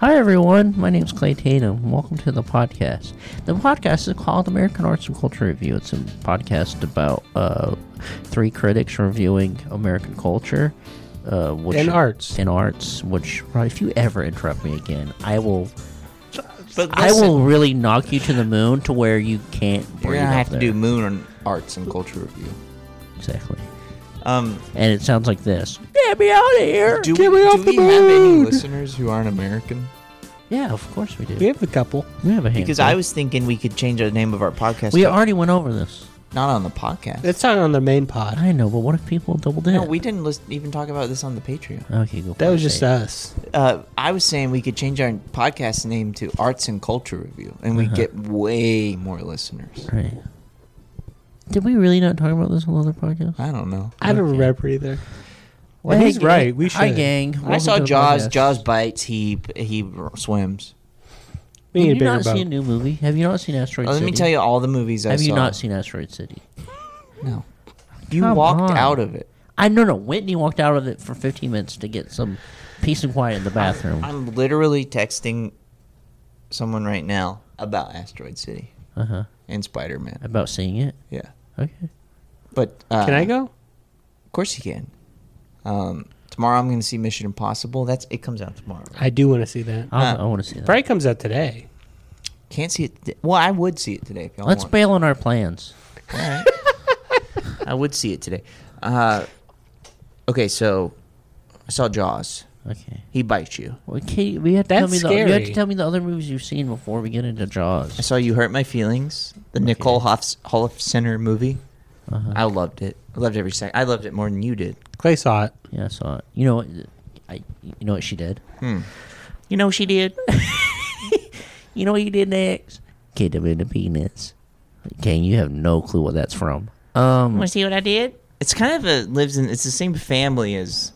Hi everyone, my name is Clay Tatum. Welcome to the podcast. The podcast is called American Arts and Culture Review. It's a podcast about uh, three critics reviewing American culture uh, which, And arts. and arts. Which right, if you ever interrupt me again, I will But I will really knock you to the moon to where you can't breathe. We're gonna have out to do there. moon on arts and culture review. exactly, Um, and it sounds like this. Get me out of here. do Get we, me do off the we have any moon! listeners who aren't American? yeah, of course we do. We have a couple. We have a handful. Because I was thinking we could change the name of our podcast. we to- already went over this. not on the podcast. It's not on the main pod. I know, but what if people double dip? no, we didn't list, even talk about this on the Patreon. Okay, go. That for was it, just Dave. us. Uh, I was saying we could change our podcast name to Arts and Culture Review, and we get way more listeners. Right. Did we really not talk about this on other podcast? I don't know. I don't Okay. remember either. Well, he's gang. right. We should. Hi, gang. I Welcome saw to the Jaws. podcast. Jaws bites. He he swims. We Have need a you bigger not boat. seen a new movie? Have you not seen Asteroid Oh, let City? me tell you all the movies I Have saw. you not seen Asteroid City? No. You Come walked on. out of it. I no no. Whitney walked out of it for 15 minutes to get some peace and quiet in the bathroom. I'm literally texting someone right now about Asteroid City Uh huh. and Spider Man. About seeing it. Yeah, Okay. but uh, Can I go? Of course you can. Um, tomorrow I'm going to see Mission Impossible. That's it comes out tomorrow. I do want to see that. I'll, Uh, I want to see that. Probably comes out today. Can't see it. Th- well, I would see it today if y'all Let's want. bail on our plans. I would see it today. Uh, okay, so I saw Jaws. Okay. He bites you. Well, Katie, we have to tell That's me the, you have to scary. tell me the other movies you've seen before we get into I Jaws. saw you hurt my feelings. The Nicole Hoff Hall of Center movie. I loved it. I loved every second. I loved it more than you did. Clay saw it. Yeah, I saw it. You know what? I you know what she did. Hmm. You know she did. You know what you did next? Kicked him in the penis. Gang, you have no clue what that's from. Um, Want to see what I did? It's kind of a lives in. It's the same family as.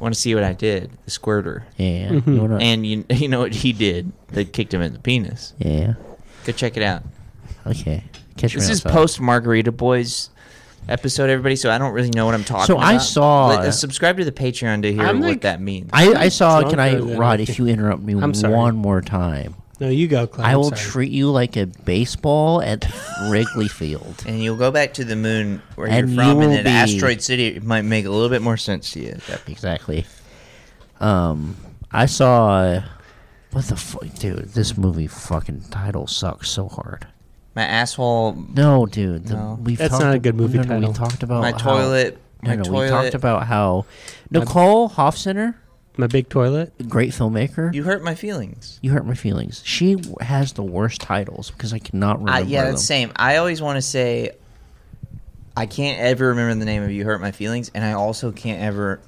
Want to see what I did? The squirter, yeah, Mm-hmm. you wanna- and you you know what he did? They kicked him in the penis. yeah, Go check it out. okay. Catch me This is outside. post Margarita Boys episode, everybody. So I don't really know what I'm talking. So about. I saw- Let- uh, subscribe to the Patreon to hear I'm what like- that means. I, I saw. Can I, Drunker than Rod? I If you interrupt me I'm sorry. one more time, No, you go, Clay. i I'm will sorry. treat you like a baseball at Wrigley Field. and you'll go back to the moon where And you're from, you and will then be- Asteroid City might make a little bit more sense to you. at that point. Exactly. Um, I saw. What the fuck, dude? This movie fucking title sucks so hard. My asshole, No, dude. The, we've That's talked- not a good movie no, no, title. We talked about Oh, my how- toilet, No, my no, toilet. we talked about how Nicole Hofcenter, My big toilet. great filmmaker. You, you hurt my feelings. hurt my feelings. She w- has the worst titles because I cannot I, remember yeah, them. that's same. I always want to say, I can't ever remember the name of "You Hurt My Feelings," and I also can't ever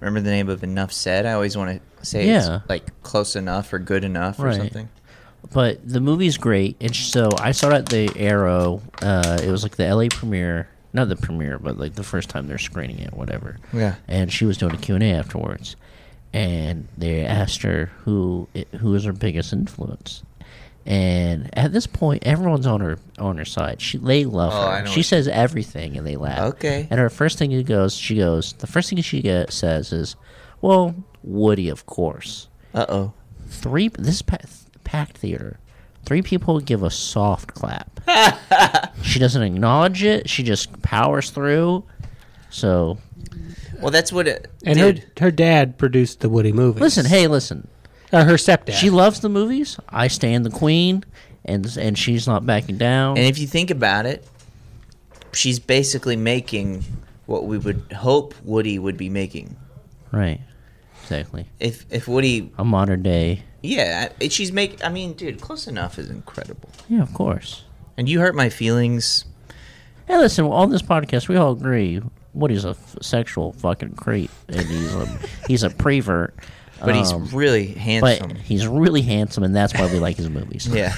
remember the name of "Enough Said." I always want to say, Yeah. it's like close enough or good enough or Right. something. But the movie's great, and sh- so I saw it at the Arrow. Uh, it was like the LA premiere, not the premiere, but like the first time they're screening it, whatever. Yeah. And she was doing a Q and A afterwards, and they asked her who i- who is her biggest influence. And at this point, everyone's on her on her side. She they love Oh, I her. know She what- says everything, and they laugh. Okay. And her first thing she goes, she goes. The first thing she get, says is, "Well, Woody, of course." Uh oh. three this pa- packed theater three people give a soft clap she doesn't acknowledge it she just powers through so Well, that's what. It, And dude, her her dad produced the Woody movie. listen hey listen uh, her stepdad. she loves the movies i stand the queen and and she's not backing down and if you think about it, she's basically making what we would hope Woody would be making. right exactly If if Woody, a modern day yeah, I- she's make. I mean, dude, close enough is incredible. yeah of course And you hurt my feelings. hey listen on this podcast we all agree what he's a f- sexual fucking creep, and he's a he's a prevert. But he's um, really but handsome. he's really handsome, and that's why we like his movies. yeah.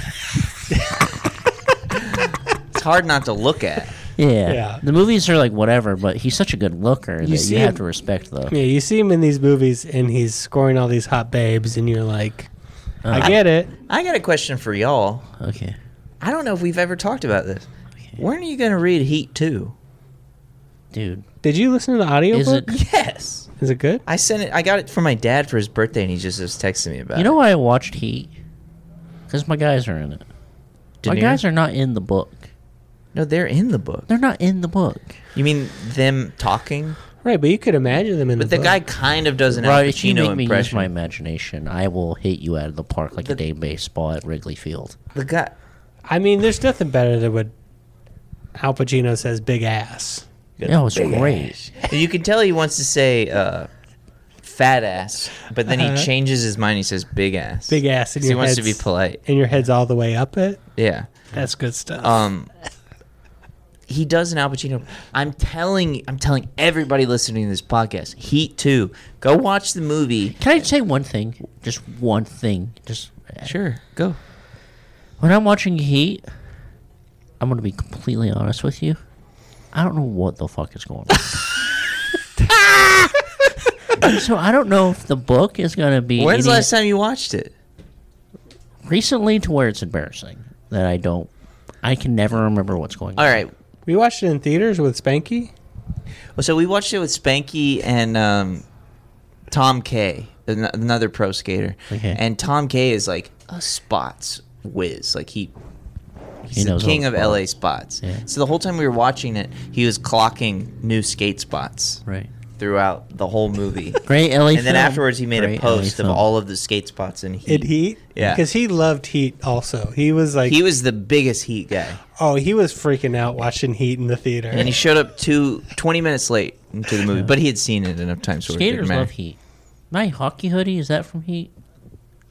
it's hard not to look at. Yeah. Yeah. The movies are like whatever, but he's such a good looker that see you have him- to respect the Yeah, you see him in these movies and he's scoring all these hot babes, and you're like, I get it. I got a question for y'all. Okay. I don't know if we've ever talked about this. When are you going to read Heat 2? Dude. Did you listen to the audio? Is it Yes. Is it good? I sent it. I got it for my dad for his birthday, and he just was texting me about you know why I watched Heat? Because my guys are in it. it. My guys are not in the book. no, they're in the book. They're not in the book. You mean them talking? Right, but you could imagine them in But the the book. guy kind of does an Right, Al if you Pacino make me use impression. my imagination, I will hit you out of the park like a day baseball at Wrigley Field. the guy. I mean, there's nothing better than what Al Pacino says, "Big ass." That was great. You can tell he wants to say uh, fat ass, but then Uh-huh. he changes his mind. He says big ass. Big ass in 'Cause He your wants to be head's- polite. And your head's all the way up it. Yeah. That's good stuff. Um, he does an Al Pacino. I'm telling, I'm telling everybody listening to this podcast, Heat Two, go watch the movie. Can I say one thing? Just one thing. Just uh, Sure, go. when I'm watching Heat, I'm gonna be completely honest with you. I don't know what the fuck is going on. And so I don't know if the book is gonna be When's the any- last time you watched it? recently to where it's embarrassing that I don't. I can never remember what's going on. All right. we watched it in theaters with Spanky. Well, so we watched it with Spanky and um, Tom K, an- another pro skater. Okay. And Tom K is like a spots whiz. Like he, he's He the knows all king the of spots. LA spots. Yeah. So the whole time we were watching it, he was clocking new skate spots Right. throughout the whole movie. Great LA. and then film. afterwards, he made Great a post LA of film. all of the skate spots in Heat. In Heat, Yeah. because he loved Heat. Also, he was like, He was the biggest Heat guy, oh, he was freaking out watching Heat in the theater. and he showed up two, 20 minutes late into the movie, but he had seen it enough times. where it didn't Skaters matter. love Heat. My hockey hoodie is that from Heat?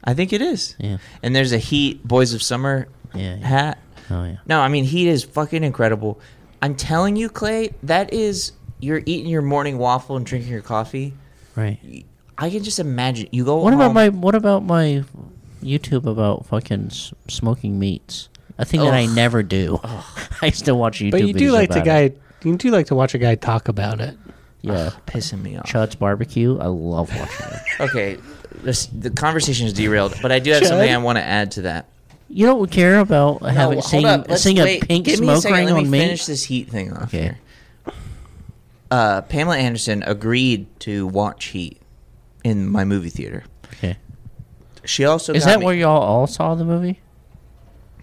I think it is. Yeah. And there's a Heat Boys of Summer Yeah, yeah. hat. Oh yeah. No, I mean Heat is fucking incredible. I'm telling you, Clay, that is you're eating your morning waffle and drinking your coffee. Right. I can just imagine you go. What home- about my What about my YouTube about fucking s- smoking meats? A thing that I Ugh. never do. I still watch YouTube. but you do videos like to about guy. it. You do like to watch a guy talk about it. Yeah. pissing me off? Chud's barbecue. I love watching it. Okay, this, the conversation is derailed, but I do have something I want to add to that. You don't care about No, having Oh, hold seeing up, let's seeing wait. a pink Give me a smoke second, ring let on me. Finish this Heat thing off Okay. here. Uh, Pamela Anderson agreed to watch Heat in my movie theater. Okay. She also Is got that me- where y'all all saw the movie?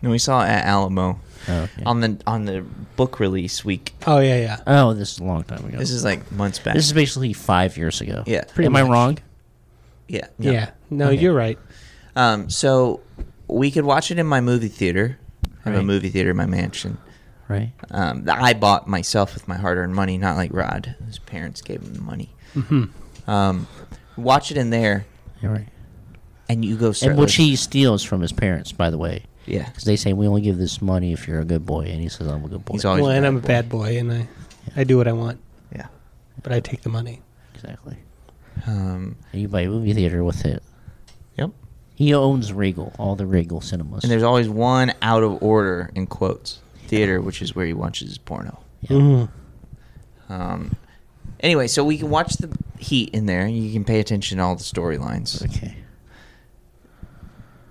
No, we saw it at Alamo Oh, okay. on the on the book release week. Oh yeah, yeah. oh, this is a long time ago. This is like months back. This is basically five years ago. Yeah. Am I wrong? yeah, Yeah. no. No, you're right. Um, so we could watch it in my movie theater. I have a Right. movie theater in my mansion. Right. Um, that I bought myself with my hard-earned money, not like Rod. His parents gave him the money. Mm-hmm. Um, watch it in there, You're right. and you go. Start And which listening- he steals from his parents, by the way. Yeah, Because they say, we only give this money if you're a good boy. And he says, I'm a good boy. Oh, he's always. Well, and bad I'm a boy. bad boy, and I, I do what I want, Yeah. but I take the money. Exactly. Um, And you buy a movie theater with it. yep. He owns Regal, all the Regal cinemas. And there's always one out of order in quotes theater, which is where he watches his porno. Yeah. Mm-hmm. Um, anyway, so we can watch the heat in there. You can pay attention to all the storylines. okay.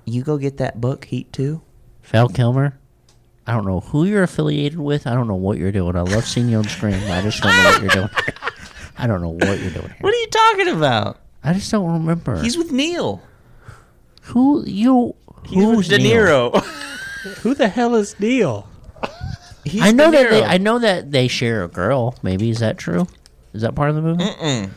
You go get that book, Heat Two. Val Kilmer, I don't know who you're affiliated with. I don't know what you're doing. I love seeing you on screen. but I just don't know what you're doing. Here. I don't know what you're doing here. What are you talking about? I just don't remember. He's with Neil. who you? He's Who's with De Neil? Niro? Who the hell is Neil? He's I know De that they, Niro. I know that they share a girl. Maybe is that true? Is that part of the movie? Mm-mm.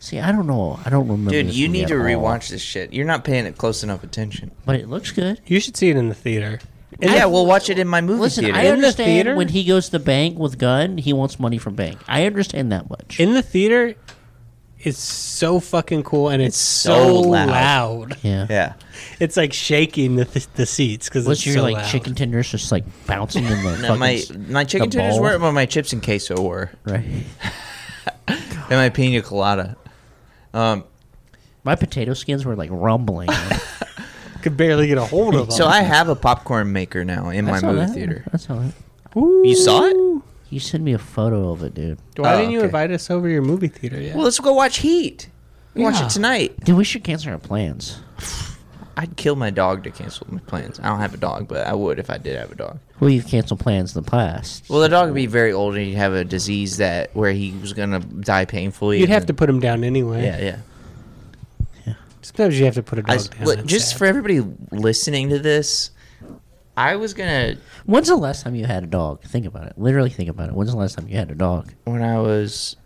See, I don't know. I don't remember. Dude, this you movie need at to all. rewatch this shit. You're not paying it close enough attention. But it looks good. You should see it in the theater. yeah, we'll watch it in my movie Listen, theater. I theater? understand when he goes to bank with gun, he wants money from bank. I understand that much. In the theater, it's so fucking cool, and it's, so so loud. loud. yeah. yeah. It's like shaking the th- the seats because it's Unless your so like loud. chicken tenders just like bouncing in the No, fucking my s- my chicken the tenders ball. weren't, but my chips and queso were. right. and my pina colada. Um, My potato skins were like rumbling. Could barely get a hold of them. so I have a popcorn maker now in I my saw movie that. theater. I saw it. You saw it? You sent me a photo of it, dude. Why Oh, didn't you okay. invite us over to your movie theater yet? Well, let's go watch Heat. Watch Yeah. it tonight. Dude, we should cancel our plans. I'd kill my dog to cancel my plans. I don't have a dog, but I would if I did have a dog. Well, you've canceled plans in the past. Well, the dog would be very old and he'd have a disease that where he was gonna die painfully. You'd and have to then- put him down anyway. Yeah, yeah. Sometimes you have to put a I, dog down. look, I'm just sad. for everybody listening to this, I was gonna When's the last time you had a dog? Think about it. Literally think about it. When's the last time you had a dog? when I was.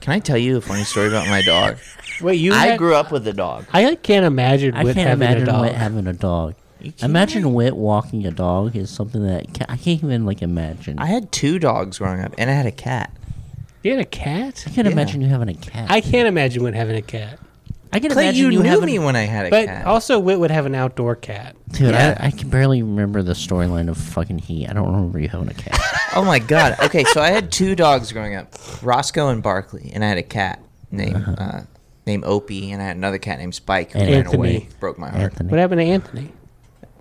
Can I tell you a funny story about my dog? wait, you. I had- grew up with a dog. I like, can't imagine. I Whit can't having imagine a dog. Whit having a dog. kidding Imagine Whit walking a dog is something that ca- I can't even like imagine. I I had two dogs growing up, and I had a cat. you had a cat. can't yeah. imagine you having a cat. I can't imagine Whit having a cat. I can Clay, imagine you, knew having, me when I had a But cat. also, Whit would have an outdoor cat. Dude, Yeah. I, I can barely remember the storyline of fucking Heat. I don't remember you having a cat. oh my god. Okay, so I had two dogs growing up, Roscoe and Barkley, and I had a cat named uh, named Opie, and I had another cat named Spike who ran Uh-huh. Anthony. away, broke my heart. Anthony. What happened to Anthony?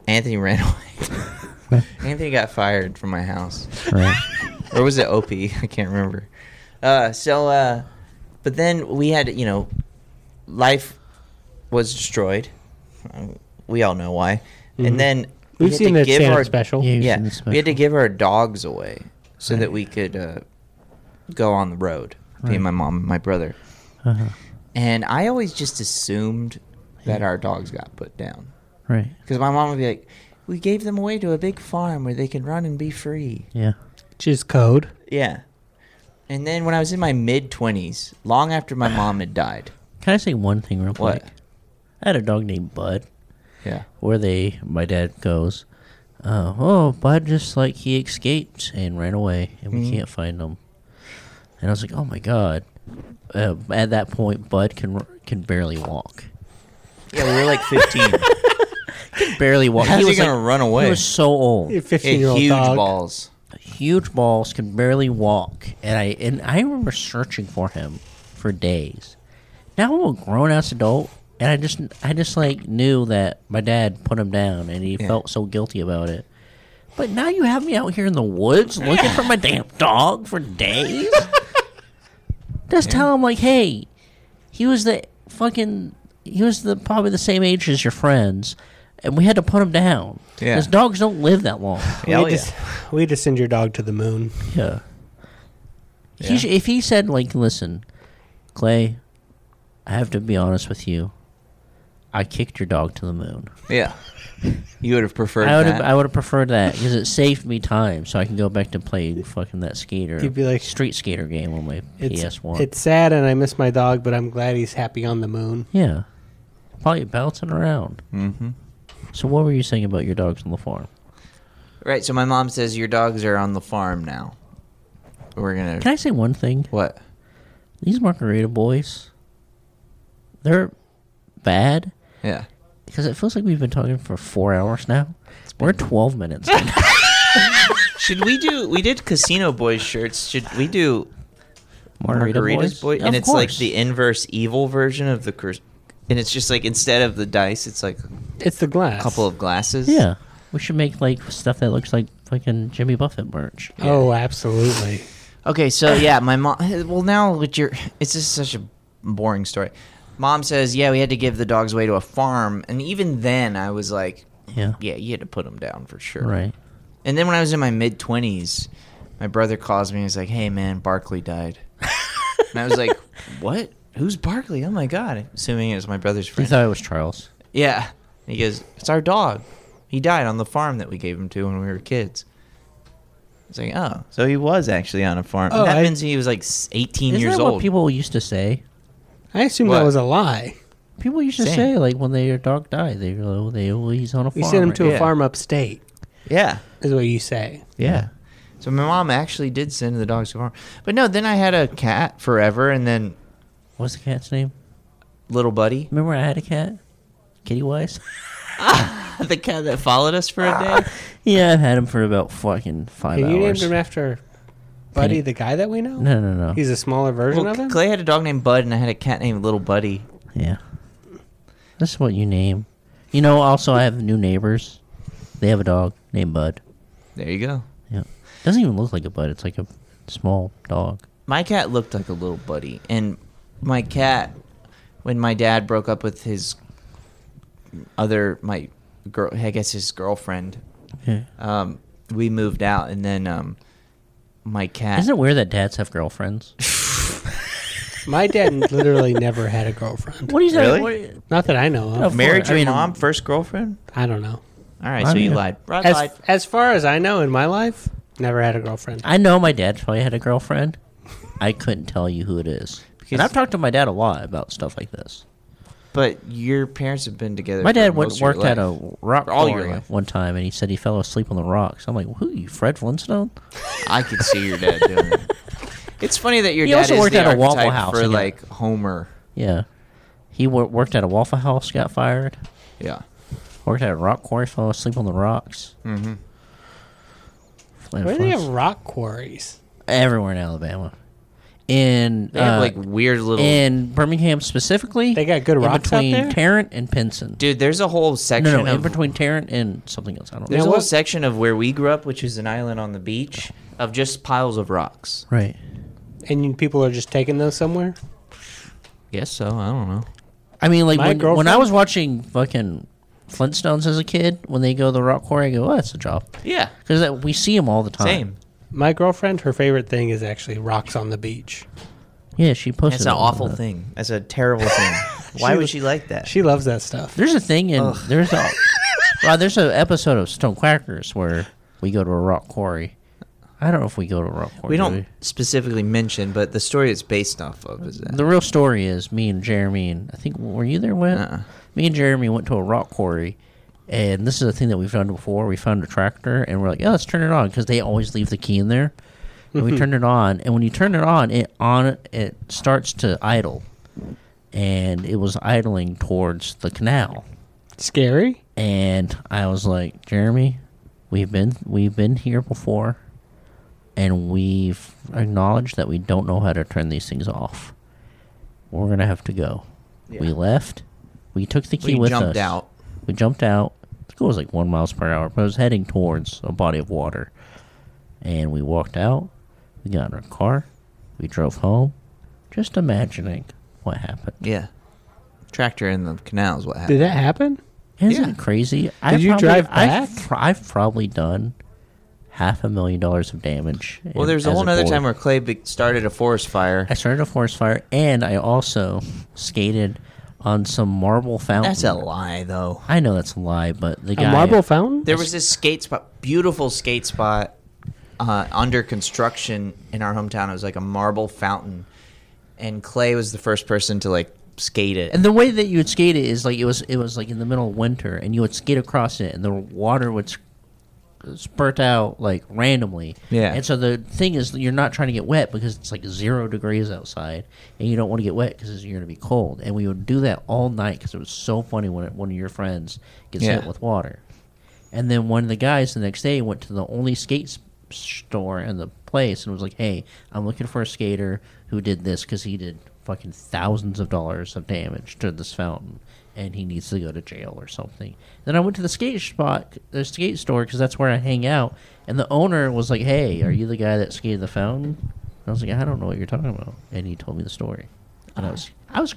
Anthony ran away. Anthony got fired from my house. Right. or was it OP? I can't remember. Uh, so, uh, but then we had, you know, life was destroyed. Um, We all know why. And then we Mm-hmm. We've had seen to that give stand-up our special. Yeah. Yeah, You've seen the we had to special. give our dogs away so that we could uh, go on the road. Me and my mom, and my brother, Uh-huh. and I always just assumed that our dogs got put down Right. because my mom would be like, "We gave them away to a big farm where they can run and be free." Yeah. Which is code. Yeah. And then when I was in my mid 20s, long after my mom had died. Can I say one thing real What? quick? I had a dog named Bud. Yeah. where they my dad goes, uh, oh, Bud just like he escaped and ran away, and we can't find him. And I was like, oh my god. Uh, at that point, Bud can can barely walk. Yeah, we were like 15. Barely walk. How's he was gonna run away? He was so old. Your Yeah, fifteen-year-old huge dog. balls. Huge balls can barely walk, and I and I remember searching for him for days. Now I'm a grown ass adult, and I just I just like knew that my dad put him down, and he felt so guilty about it. But now you have me out here in the woods looking for my damn dog for days. Just tell him like, hey, he was the fucking he was the probably the same age as your friends, and we had to put him down. Yeah. Because dogs don't live that long. We Hell had, to, s- we had to send your dog to the moon. Yeah. He sh- if he said, like, listen, Clay, I have to be honest with you. I kicked your dog to the moon. Yeah. You would have preferred I would have, that. I would have preferred that because it saved me time, so I can go back to playing fucking that skater, You'd be like- street skater game on my It's PS One. it's sad, and I miss my dog, but I'm glad he's happy on the moon. Yeah, probably bouncing around. Mm-hmm. So, what were you saying about your dogs on the farm? right, so my mom says your dogs are on the farm now. We're going Can to I say one thing? What? These margarita boys, they're bad. Yeah. Because it feels like we've been talking for four hours now. We're 12 minutes. in. Should we do we did Casino Boys shirts. Should we do Margarita Margaritas Boys? Boy? Of And it's like course. the inverse evil version of the curse. And it's just like instead of the dice, it's like a It's the glass. couple of glasses. yeah. We should make like stuff that looks like fucking Jimmy Buffett merch. Oh, absolutely. Okay, so yeah, my mom. Well, now with your, it's just such a boring story. Mom says, "Yeah, we had to give the dogs away to a farm," and even then, I was like, Yeah. "Yeah, you had to put them down for sure." Right. And then when I was in my mid twenties, my brother calls me. and He's like, "Hey, man, Barkley died," and I was like, "What? Who's Barkley? Oh my god!" Assuming it was my brother's You friend. thought it was Charles. yeah. And he goes, "It's our dog. He died on the farm that we gave him to when we were kids." It's like, oh, so he was actually on a farm. Oh, that I- means he was like s- 18 Isn't years that old. what people used to say? I assumed What? that was a lie. People used to Same. say like when their dog died, they go, oh, they oh, he's on a farm. We sent him right to yeah. a farm upstate, Yeah. is what you say. Yeah. So my mom actually did send the dogs to the farm. But no, then I had a cat forever and then now." What's the cat's name? little buddy. Remember I had a cat, Kitty Wise. the cat that followed us for a day. yeah, I've had him for about fucking five And you named hours. him after Buddy, the guy that we know? No, no, no. He's a smaller version Well, of him? Clay had a dog named Bud, and I had a cat named Little Buddy. Yeah. That's what you name. You know, also, I have new neighbors. They have a dog named Bud. There you go. Yeah. Doesn't even look like a bud. It's like a small dog. My cat looked like a little buddy, and my cat, when my dad broke up with his other my girl, I guess his girlfriend, Yeah. um, we moved out, and then um, my cat. Isn't it weird that dads have girlfriends? My dad literally never had a girlfriend. What do you Really? What- Not that I know of. Of- married I your mean- mom first girlfriend? I don't know. All right, I so you mean- lied. Rod lied. As, as far as I know in my life, never had a girlfriend. I know my dad probably had a girlfriend. I couldn't tell you who it is. Because- and I've talked to my dad a lot about stuff like this. But your parents have been together. My for dad went, most of your worked at a life. rock All your quarry life. one time, and he said he fell asleep on the rocks. I'm like, who you, Fred Flintstone? I could see your dad doing it. It's funny that your He dad also is worked the at a Waffle archetype House, for yeah. like Homer. Yeah, he wor- worked at a Waffle House, got fired. Yeah. Worked at a rock quarry, fell asleep on the rocks. Mm-hmm. Where do they have rock quarries? Everywhere in Alabama, in They have uh, like weird little in Birmingham specifically. They got good in rocks out between there? Tarrant and Pinson. Dude, there's a whole section No, no, in of between Tarrant and something else. I don't know. there's a Now whole what- section of where we grew up, which is an island on the beach, of just piles of rocks. Right. And you, people are just taking those somewhere? Guess so. I don't know. I mean, like My when, when I girlfriend- was watching fucking Flintstones as a kid, when they go to the rock quarry, I go, "Oh, that's a job," Yeah. because we see them all the time. Same. My girlfriend, her favorite thing is actually rocks on the beach. Yeah, she posted. That's an it on awful the- thing. That's a terrible thing. Why would she like that? She loves that stuff. There's a thing in there's a Rod, there's an episode of Stone Quackers where we go to a rock quarry. I don't know if we go to a rock quarry. we do don't specifically mention, but the story it's based off of is that The real story is me and Jeremy and I think were you there Went Uh-uh. Me and Jeremy went to a rock quarry, and this is a thing that we've done before. We found a tractor and we're like, "Oh, let's turn it on," because they always leave the key in there. And we turned it on, and when you turn it on, it on it starts to idle, and it was idling towards the canal. Scary? and I was like, Jeremy, we've been we've been here before, and we've acknowledged that we don't know how to turn these things off. We're gonna have to go. We Yeah. left. We took the key we with us. jumped out. We jumped out. The school was like one miles per hour, but it was heading towards a body of water. And we walked out. We got in our car. We drove home. Just imagining what happened. Yeah. Tractor in the canal is what happened. Did that happen? Isn't Yeah. it crazy? Did I you drive I've, back? pr- I've probably done half a million dollars of damage. Well, in- there's a as whole other boy. time where Clay be- started a forest fire. I started a forest fire, and I also skated on some marble fountain. That's a lie, though. I know that's a lie, but the A guy marble fountain? There was this skate spot, beautiful skate spot, uh, under construction in our hometown. It was like a marble fountain, and Clay was the first person to like skate it. And the way that you would skate it is like it was it was like in the middle of winter, and you would skate across it, and the water would s- spurt out like randomly. Yeah. And so the thing is, you're not trying to get wet because it's like zero degrees outside, and you don't want to get wet because you're going to be cold. And we would do that all night because it was so funny when it, one of your friends gets Yeah. hit with water. And then one of the guys the next day went to the only skate s- store in the place and was like, "Hey, I'm looking for a skater who did this because he did fucking thousands of dollars of damage to this fountain, and he needs to go to jail or something." Then I went to the skate spot, the skate store, because that's where I hang out. And the owner was like, "Hey, are you the guy that skated the fountain?" And I was like, "I don't know what you're talking about," and he told me the story. And I was, I was,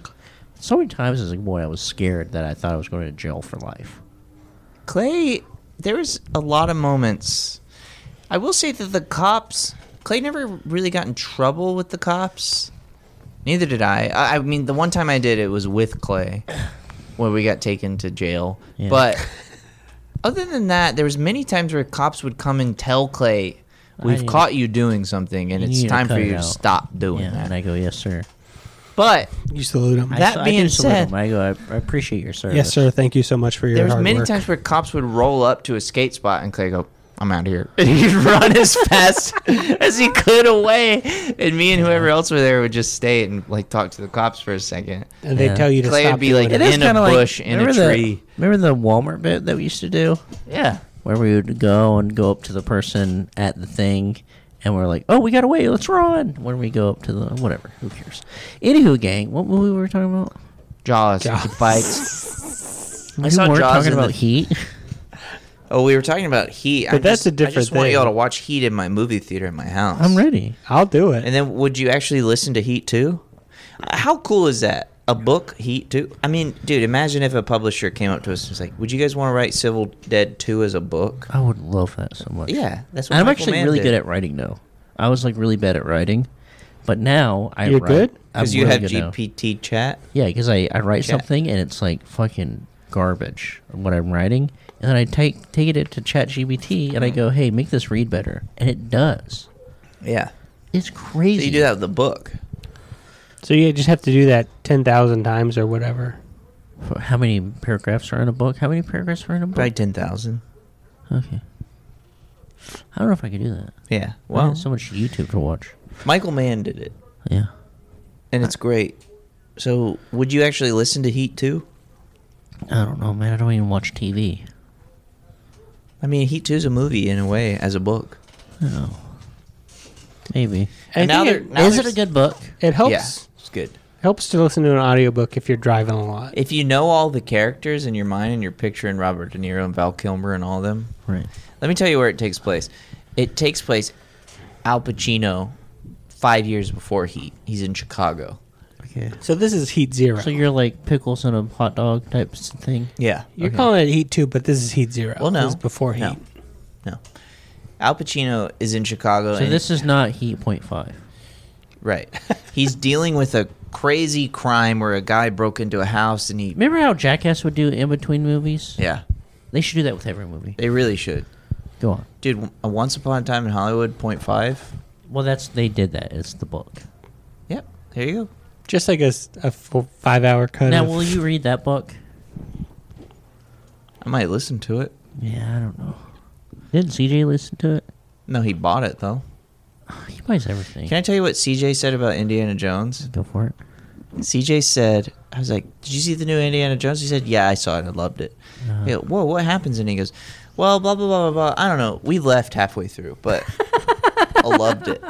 so many times as a boy, I was scared that I thought I was going to jail for life. Clay, there was a lot of moments. I will say that the cops, Clay never really got in trouble with the cops. Neither did I. I, I mean, the one time I did, it was with Clay, where we got taken to jail. Yeah. But other than that, there was many times where cops would come and tell Clay, "We've need- caught you doing something, and you it's need to time for cut it you to out." stop doing Yeah, and that." I go, yes, sir. But You salute him. I That s- I being do salute said- him. I go, I, I appreciate your service. yes, sir. Thank you so much for your there was hard many work. times where cops would roll up to a skate spot and Clay go, "I'm out of here." And he'd run as fast as he could away, and me and whoever else were there would just stay and like talk to the cops for a second. and they Yeah. tell you to Clay would stop be doing like, it. It is In a kind of bush, like in a remember the- tree. remember the Walmart bit that we used to do, Yeah, where we would go and go up to the person at the thing, and we're like, "Oh, we got away! Let's run!" When we go up to the whatever, who cares? Anywho, gang, what movie were we talking about? Jaws, Jaws. it bites. We saw weren't Jaws talking in about the- Heat. Oh, we were talking about Heat. I But that's just, a I different just want thing. y'all to watch Heat in my movie theater in my house. I'm ready. I'll do it. And then would you actually listen to Heat too? How cool is that? A book, Heat 2? I mean, dude, imagine if a publisher came up to us and was like, would you guys want to write Civil Dead 2 as a book? I would love that so much. Yeah, that's what I'm Michael actually Mann really did. good at writing though. I was like really bad at writing, but now I You're write, good? I'm Because you really have good now. GPT chat. Yeah, because I, I write Yeah. something and it's like fucking garbage what I'm writing, and then I take take it to ChatGPT and I go, "Hey, make this read better," and it does. Yeah. It's crazy. So you do that with the book. so you just have to do that ten thousand times or whatever. For How many paragraphs are in a book? How many paragraphs are in a book? Probably 10,000. Okay. I don't know if I could do that. Yeah. Well, Well, so much YouTube to watch. Michael Mann did it, Yeah. and it's great. So would you actually listen to Heat 2? I don't know, man. I don't even watch TV. I mean, Heat 2 is a movie in a way, as a book. No. Maybe. I And now think they're- it, now Is it there's- a good book? it helps Yeah, it's good. helps to listen to an audiobook if you're driving a lot. If you know all the characters in your mind and you're picturing Robert De Niro and Val Kilmer and all them, Right. let me tell you where it takes place. It takes place Al Pacino five years before Heat. He's in Chicago. Okay. So this is Heat Zero. So you're you're like pickles in a hot dog type s- thing. Yeah. calling it Heat Two, but this is Heat Zero. Well, no. This is before Heat. No. No. Al Pacino is in Chicago. So and this is not Heat Point Five. right. He's dealing with a crazy crime where a guy broke into a house and he. Remember how Jackass would do in between movies? Yeah. They should do that with every movie. They really should. Go on. Dude, a Once Upon a Time in Hollywood, point five. Well, that's they did that. It's the book. Yep. There you go. Just like a, s- a full five hour cut. Now, of- will you read that book? I might listen to it. Yeah, I don't know. Didn't CJ listen to it? No, he bought it, though. He buys everything. Can I tell you what CJ said about Indiana Jones? Go for it. CJ said, I was like, Did you see the new Indiana Jones? He said, Yeah, I saw it. I loved it. Uh-huh. I go, Whoa, what happens? And he goes, Well, blah, blah, blah, blah, blah. I don't know. We left halfway through, but I loved it.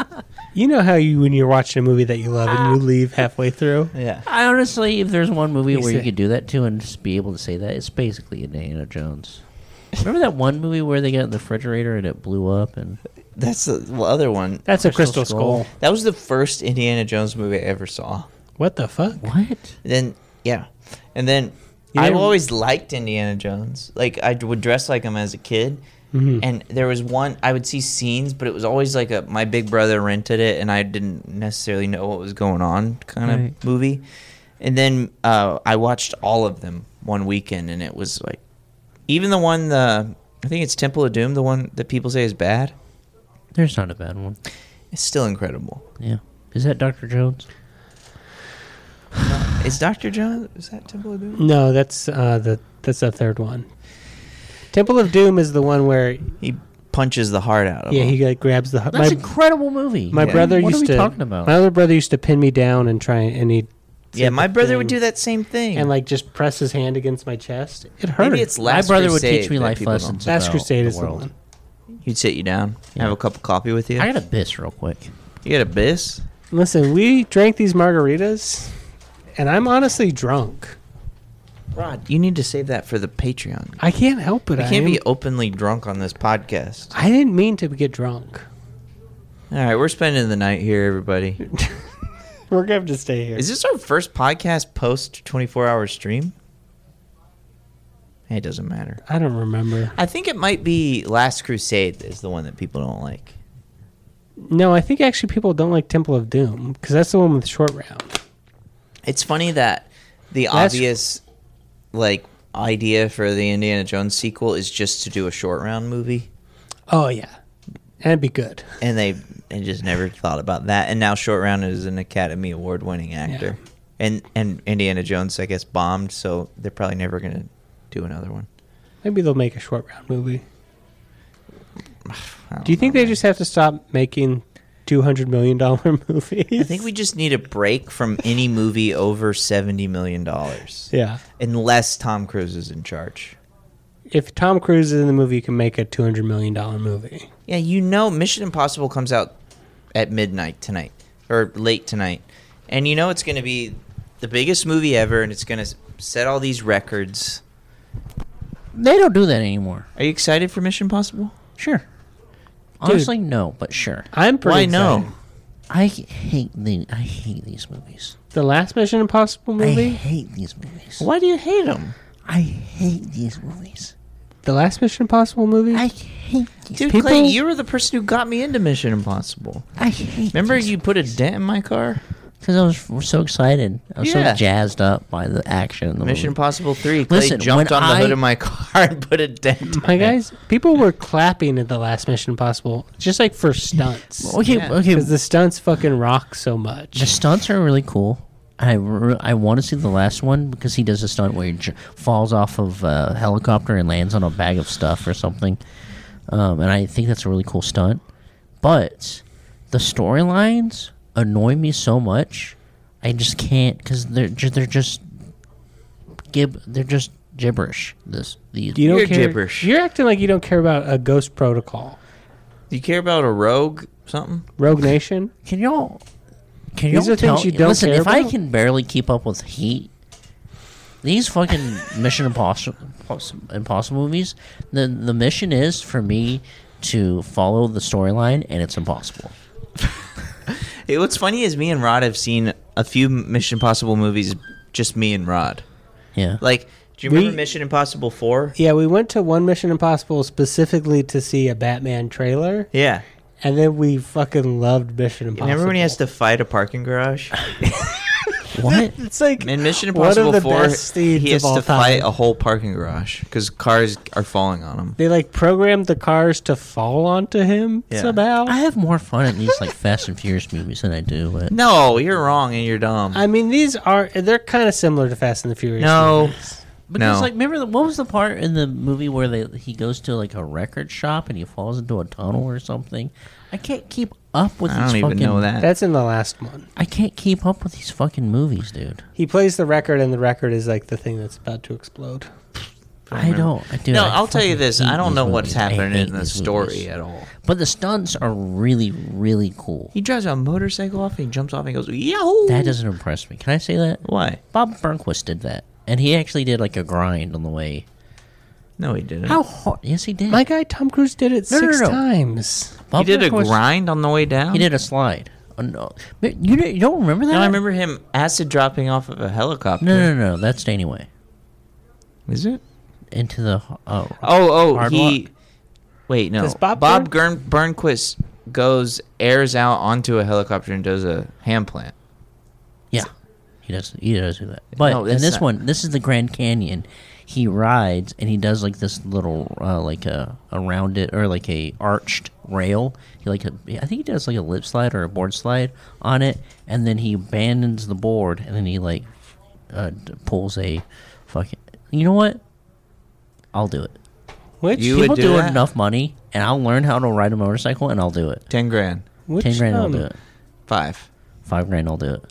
You know how you when you're watching a movie that you love and you leave halfway through. Yeah. I honestly, if there's one movie You where you say- could do that to and just be able to say that, it's basically Indiana Jones. Remember that one movie where they got in the refrigerator and it blew up and That's the the other one. That's Crystal a crystal skull. skull. That was the first Indiana Jones movie I ever saw. What the fuck? what? And then, yeah. And then You I didn't- always liked Indiana Jones. Like, I would dress like him as a kid. Mm-hmm. And there was one, I would see scenes, but it was always like a my big brother rented it and I didn't necessarily know what was going on kind of Right. movie. And then uh, I watched all of them one weekend and it was like, even the one, the, I think it's Temple of Doom, the one that people say is bad. There's not a bad one. It's still incredible. Yeah, is that Doctor Jones? Is Dr. John, is that Temple of Doom? No, that's uh, the that's the third one. Temple of Doom is the one where He punches the heart out of yeah him. he like grabs the That's my incredible movie. my Yeah. brother What are used we to talking about? my other brother used to pin me down and try and he yeah, my brother would thing. do that same thing. and like just press his hand against my chest. It hurt. Maybe it's my Last brother would Crusade teach me that life people don't- lessons. Last about Crusade the is the world. one. He'd sit you down, have a cup of coffee with you. I got a piss real quick. you get a bis. Listen, we drank these margaritas, and I'm honestly drunk. Rod, you need to save that for the Patreon. I can't help it. I I can't am- be openly drunk on this podcast. I didn't mean to get drunk. All right, we're spending the night here, everybody. We're gonna have to stay here. Is this our first podcast post 24 hour stream? Hey, It doesn't matter. I don't remember. I think it might be Last Crusade is the one that people don't like. No, I think actually people don't like Temple of Doom because that's the one with short round. It's funny that the Last- obvious like idea for the Indiana Jones sequel is just to do a short round movie. Oh yeah, and it'd be good. and they and just never thought about that. And now Short Round is an Academy Award winning actor, and and Indiana Jones, I guess, bombed, so they're probably never gonna do another one. Maybe they'll make a short round movie. I don't Do you think know, they man. just have to stop making two hundred million dollar movies? I think we just need a break from any movie over seventy million dollars, Yeah. unless Tom Cruise is in charge. If Tom Cruise is in the movie, you can make a two hundred million dollar movie. Yeah, you know, Mission Impossible comes out at midnight tonight or late tonight, and you know it's going to be the biggest movie ever, and it's going to set all these records. They don't do that anymore. Are you excited for Mission Possible? Sure. Honestly, no, but sure. I'm pretty. Why excited. no? I hate the I hate these movies. The last Mission Impossible I movie. hate these movies. Why do you hate them? I hate these movies. The last Mission Impossible movie. I hate these. Dude, People- Clay, you were the person who got me into Mission Impossible. I hate. Remember, you put a dent in my car? because I was f- so excited. I was Yeah. so jazzed up by the action. In the Mission movie. Impossible 3. Clay Listen, jumped when on the hood I- of my car and put a dent. My guys, people were clapping at the last Mission Impossible, just like for stunts, Okay, Yeah. okay. because the stunts fucking rock so much. The stunts are really cool. I, re- I want to see the last one because he does a stunt where he j- falls off of a helicopter and lands on a bag of stuff or something. Um, and I think that's a really cool stunt. But the storylines annoy me so much. I just can't because they're ju- they're just gib they're just gibberish. This these you don't You're care. gibberish. You're acting like you don't care about a Ghost Protocol, Do you care about a rogue something? Rogue Nation. can y'all can These y'all are things tell- you don't listen care if I about? can barely keep up with heat these fucking mission impossible impossible movies the the mission is for me to follow the storyline and it's impossible Hey, what's funny is me and Rod have seen a few Mission Impossible movies, just me and Rod. yeah Like, do you We- remember Mission Impossible 4? Yeah, we went to one Mission Impossible specifically to see a Batman trailer, Yeah. and then we fucking loved Mission Impossible. Remember when he has to fight a parking garage? what It's like In Mission one of Impossible the 4, best scenes he has of all to fight time. a whole parking garage because cars are falling on him. They like programmed the cars to fall onto him Yeah. somehow. I have more fun at these like Fast and Furious movies than I do at No, you're wrong and you're dumb. I mean, these are they're kind of similar to Fast and the Furious. no. Because No. like, remember the, what was the part in the movie where they he goes to like a record shop and he falls into a tunnel or something? I can't keep up with. I these don't even fucking, know that. That's in the last one. I can't keep up with these fucking movies, dude. He plays the record, and the record is like the thing that's about to explode. I don't. I do. no, I I'll tell you fucking this. hate I don't these know what's movies. I happening hate in the these story movies. at all. But the stunts are really, really cool. He drives a motorcycle off and he jumps off and goes, yahoo! That doesn't impress me. Can I say that? Why? Bob Burnquist did that, and he actually did like a grind on the way. No, he didn't. How hard? Yes, he did. My guy Tom Cruise did it No, no, six no. times. He Bob did a Burnquist- grind on the way down? He did a slide. Oh, no. You, don't- you don't remember that? No, I remember him acid dropping off of a helicopter. No, no, no. That's Danny Is it? Into the. Oh. Oh, oh, Hard he. Rock. Wait, no. Does Bob Bob Gern- Burnquist goes airs out onto a helicopter and does a hand plant. Yeah. He does. He does do that. But No, in that's this not- one, this is the Grand Canyon. He rides and he does like this little, uh, like a around it or like a arched rail. He like a, I think he does like a lip slide or a board slide on it, and then he abandons the board and then he like uh, d- pulls a fucking. You know what? I'll do it. Which You would People do do, that? enough money, and I'll learn how to ride a motorcycle, and I'll do it. Ten grand, which, Ten grand, I'll um, do it. five. Five grand, I'll do it.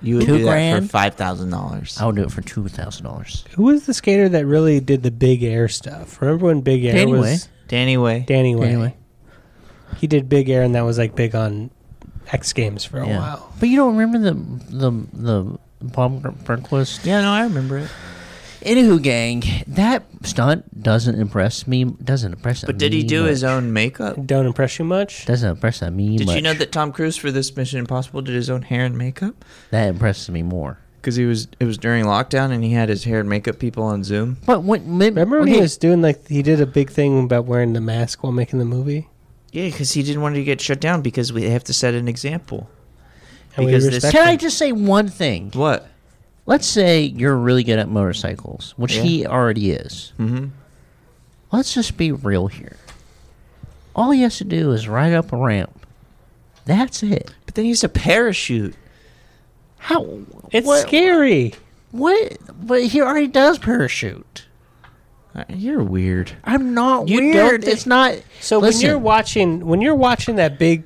You would Two do that for grand? five thousand dollars. I'll do it for two thousand dollars. Who was the skater that really did the big air stuff? Remember when Big Air Danny Way. was Danny Way. Danny Way. Danny Way. He did Big Air, and that was like big on X Games Oh, for a Yeah. while. But you don't remember the the the Bob Burnquist? yeah, no, I remember it. Anywho, gang, that stunt doesn't impress me. Doesn't impress. But did he do his own makeup? Don't impress you much. Doesn't impress me Did much. you know that Tom Cruise for this Mission Impossible did his own hair and makeup? That impresses me more. Because he was it was during lockdown and he had his hair and makeup people on Zoom. But what? Remember when he was doing like he did a big thing about wearing the mask while making the movie, Yeah, because he didn't want to get shut down because we have to set an example. and Because this- we respect Can I him. just say one thing? What? Let's say you're really good at motorcycles, which Yeah. he already is. Mm-hmm. Let's just be real here. All he has to do is ride up a ramp. That's it. But then he used a parachute. How? It's what, scary. What? But he already does parachute. Uh, You're weird. I'm not You don't weird. think- it's not. So listen, when you're watching when you're watching that big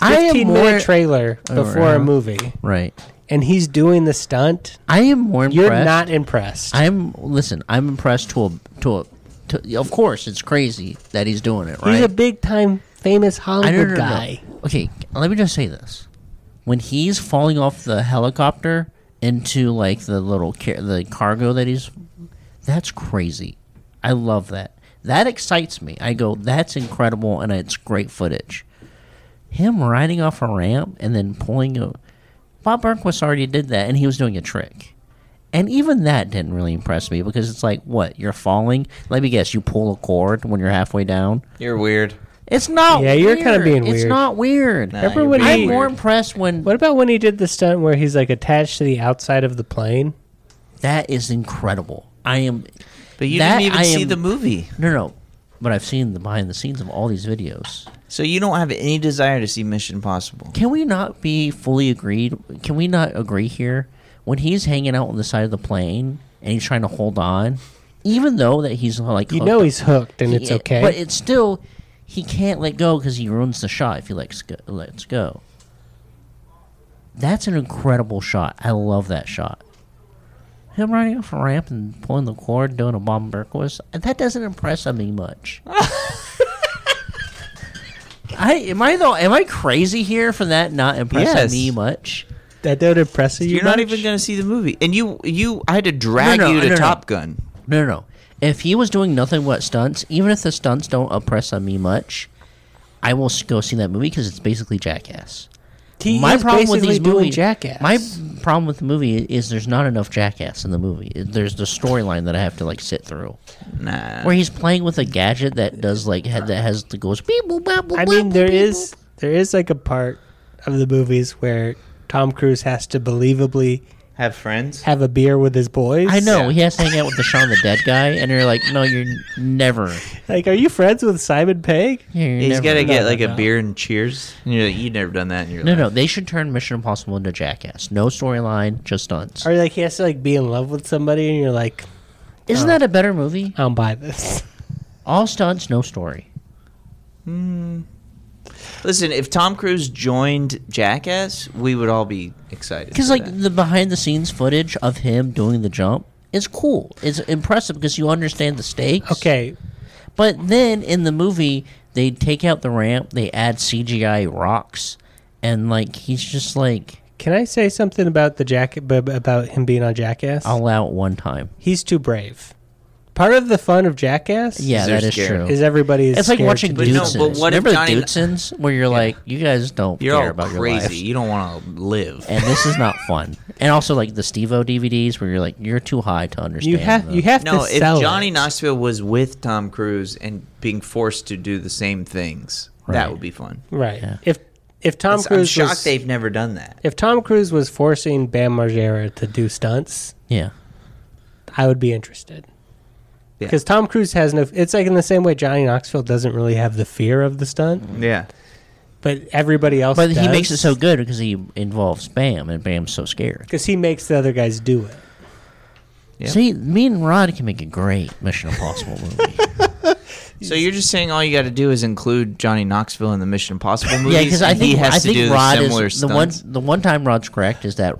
I am 15 more- minute trailer before uh-huh. a movie, right, and he's doing the stunt, I am more impressed. you're not impressed. I'm listen. I'm impressed to a to a. To, of course, it's crazy that he's doing it. Right. He's a big time famous I Hollywood don't know. guy. Okay, let me just say this: when he's falling off the helicopter into like the little car- the cargo that he's, that's crazy. I love that. That excites me. I go, that's incredible, and it's great footage. Him riding off a ramp and then pulling a. Bob Burnquist already did that, and he was doing a trick. And even that didn't really impress me because it's like, what? You're falling? Let me guess, you pull a cord when you're halfway down? You're weird. It's not. Yeah, you're kinda weird. being It's weird. not weird. Nah, you're Everyone being I'm hates- weird. more impressed when What about when he did the stunt where he's like attached to the outside of the plane? that is incredible. I am. But you that didn't even I see am- the movie, No, no. But I've seen the behind the scenes of all these videos. so you don't have any desire to see Mission Impossible. Can we not be fully agreed? Can we not agree here? When he's hanging out on the side of the plane and he's trying to hold on, even though that he's like You hooked know up- he's hooked and he- it's okay. Oh, but it's still he can't let go because he ruins the shot if he lets go, lets go. That's an incredible shot. I love that shot. Him running off a ramp and pulling the cord, doing a bomb Berkowitz, that doesn't impress me much. I am I though am I crazy here for that not impressing Yes. me much? that don't impress you. You're not much? even going to see the movie, and you you I had to drag No, no, you to no, no. Top Gun. No, no, no. If he was doing nothing but stunts, even if the stunts don't impress on me much, I will s- go see that movie because it's basically Jackass. He my is problem with basically these doing movies, Jackass. my problem with the movie is there's not enough Jackass in the movie. There's the storyline that I have to like sit through, Nah, where he's playing with a gadget that does like ha- that has the goes beep boop boop boop. I mean, boop, there beep, is there is like a part of the movies where Tom Cruise has to believably have friends. have a beer with his boys. boop. I know he has to hang out with the Shaun the Dead guy, and you're like, no, you're never. Like, are you friends with Simon Pegg? You're He's never. got to get like no. a beer and cheers. And you're like, you've never done that in your No, life. no, they should turn Mission Impossible into Jackass. No storyline, just stunts. Or like he has to like be in love with somebody, and you're like, Isn't that a better movie? I don't buy Uh. this. All stunts, no story. Listen, if Tom Cruise joined Jackass, we would all be excited. Because for like that. the behind the scenes footage of him doing the jump is cool. It's impressive because you understand the stakes. Okay, But then in the movie, they take out the ramp, they add CGI rocks, and like he's just like can I say something about the jacket b- about him being on Jackass? all out one time. He's too brave. Part of the fun of Jackass, Yeah, they're that is scared. true. is everybody is it's like scared watching to do do no, Dudesons. something. something. but what if Remember Johnny- the Dudesons where you're like, you guys don't you're care all about crazy. your life. You don't want to live. And this is not fun. And also like the Steve-O DVDs where you're like, you're too high to understand. you have the- you have no, to if sell Johnny it. Knoxville was with Tom Cruise and being forced to do the same things, Right. that would be fun. right? If if Tom It's- Cruise I'm shocked was, they've never done that. If Tom Cruise was forcing Bam Margera to do stunts, yeah. I would be interested. Yeah. Because Tom Cruise has no. It's like in the same way Johnny Knoxville doesn't really have the fear of the stunt, Yeah. but everybody else. But he makes it so good because he involves Bam, and Bam's so scared. because he makes the other guys do it. Yeah. See, me and Rod can make a great Mission Impossible movie. So you're just saying all you got to do is include Johnny Knoxville in the Mission Impossible movies? yeah, because I and he think has I to do think the Rod similar is the one. stunts? The one time Rod's correct is that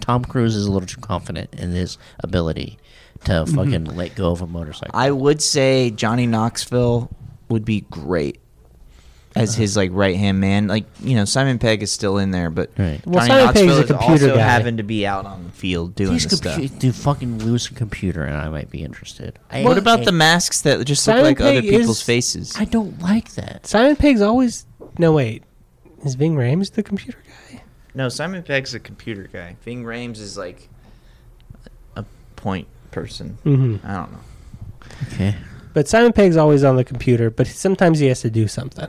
Tom Cruise is a little too confident in his ability to fucking let go of a motorcycle. Mm-hmm. I would say Johnny Knoxville would be great Uh-huh. as his like right hand man. Like you know, Simon Pegg is still in there, but Right. Well, Johnny Simon Pegg's Knoxville a is computer also guy. having to be out on the field doing Please this compu- stuff. do fucking lose a computer, and I might be interested. I What hate- about I- the masks that just Simon look like other Pegg people's is- faces? I don't like that. Simon Pegg's always. No wait, is Ving Rhames the computer guy? No, Simon Pegg's a computer guy. Ving Rhames is like a point person. Mhm. I don't know. Okay. But Simon Pegg's always on the computer, but sometimes he has to do something.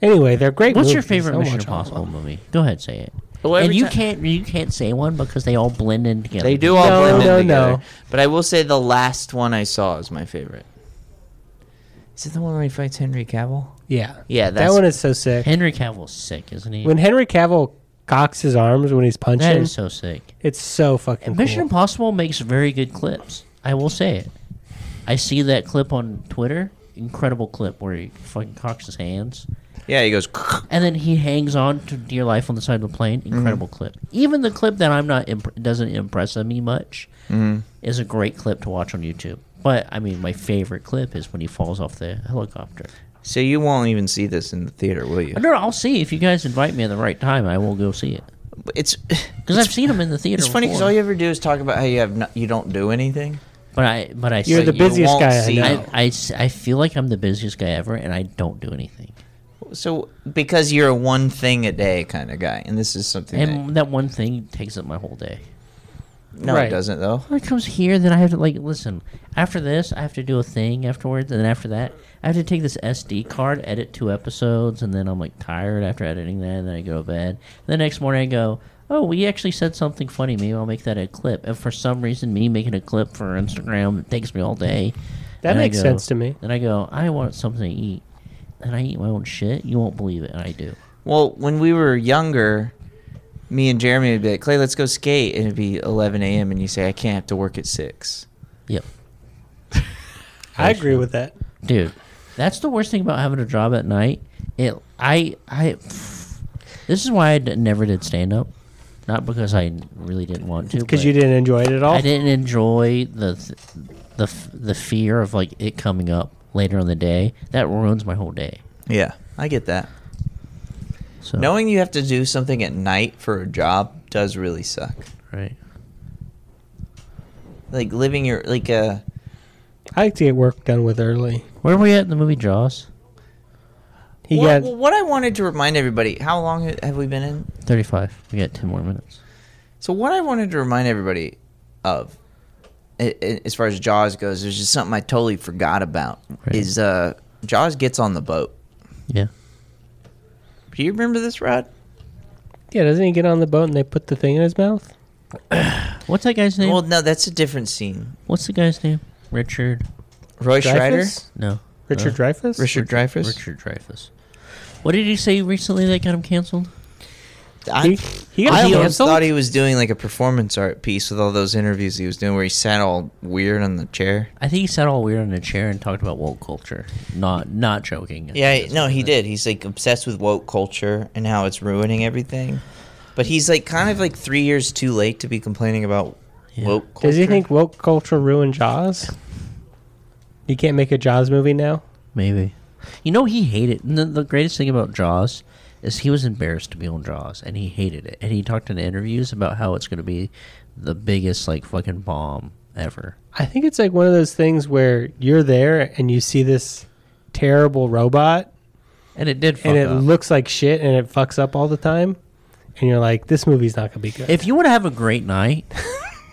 Anyway, they're great. What's your movies. favorite I'll Mission watch all of them. Impossible movie? Go ahead, say it. Well, and Oh, every you ti- can't you can't say one because they all blend in together. They do all No, blend no, in together. no. But I will say the last one I saw is my favorite. Is it the one where he fights Henry Cavill? Yeah, Yeah, that that's- one is so sick. Henry Cavill's sick, isn't he? When Henry Cavill cocks his arms when he's punching, That is so sick. It's so fucking Mission cool. Impossible makes very good clips. I will say it. I see that clip on Twitter. Incredible clip where he fucking cocks his hands. Yeah, he goes. And then he hangs on to dear life on the side of the plane. Mm-hmm. Incredible clip. Even the clip that I'm not imp- doesn't impress me much Mm-hmm. is a great clip to watch on YouTube. But I mean, my favorite clip is when he falls off the helicopter. So you won't even see this in the theater, will you? No, no, I'll see if you guys invite me at the right time. I will go see it But It's because I've seen them in the theater. it's funny because before. all you ever do is talk about how you have no, you don't do anything. But I, but I, You're see- the you busiest won't guy I see know. I, I s- I feel like I'm the busiest guy ever, and I don't do anything. So because you're a one thing a day kind of guy, and this is something And that one thing takes up my whole day. that, no, Right. it doesn't though. When it comes here, then I have to like listen. After this, I have to do a thing afterwards, and then after that, I have to take this SD card, edit two episodes, and then I'm like tired after editing that, and then I go to bed. The next morning, I go, "Oh, we actually said something funny. Maybe I'll make that a clip." And for some reason, me making a clip for Instagram it takes me all day. That And I makes go- sense to me. Then I go, "I want something to eat," and I eat my own shit. You won't believe it, and I do. Well, when we were younger, me and Jeremy would be like, Clay, let's go skate, and it'd be 11 a.m. and you say, I can't have to work at six. Yep, I agree with that. dude. That's the worst thing about having a job at night. It I I this is why I d- never did stand up. Not because I really didn't want to, Because but you didn't enjoy it at all. I didn't enjoy the th- the f- the fear of like it coming up later in the day. That ruins my whole day. Yeah, I get that. So Knowing you have to do something at night for a job does really suck. right. Like living your like uh I like to get work done with early. Where were we at in the movie Jaws? He what, got well, what I wanted to remind everybody, how long ha- have we been in? Thirty five. We got ten more minutes. So what I wanted to remind everybody of, a- a- as far as Jaws goes, there's just something I totally forgot about. Right. Is uh, Jaws gets on the boat. Yeah. Do you remember this, Rod? yeah. Doesn't he get on the boat and they put the thing in his mouth? What's that guy's name? Well, no, that's a different scene. What's the guy's name? Richard. Roy Schreider, Dreyfus? No. Richard Dreyfus. Richard Dreyfus. Richard Dreyfus. What did he say recently that got him canceled? I, He got I almost canceled? thought he was doing like a performance art piece with all those interviews he was doing, where he sat all weird on the chair. I think he sat all weird in a chair and talked about woke culture. Not not joking. Yeah, no, he did. He's like obsessed with woke culture and how it's ruining everything. But he's like kind of like three years too late to be complaining about woke culture. Does he think woke culture ruined Jaws? You can't make a Jaws movie now. Maybe. You know he hated and the, the greatest thing about Jaws is he was embarrassed to be on Jaws and he hated it. And he talked in interviews about how it's gonna be the biggest like fucking bomb ever. I think it's like one of those things where you're there and you see this terrible robot And it did fuck and it up. looks like shit and it fucks up all the time, and you're like, this movie's not gonna be good. if you want to have a great night,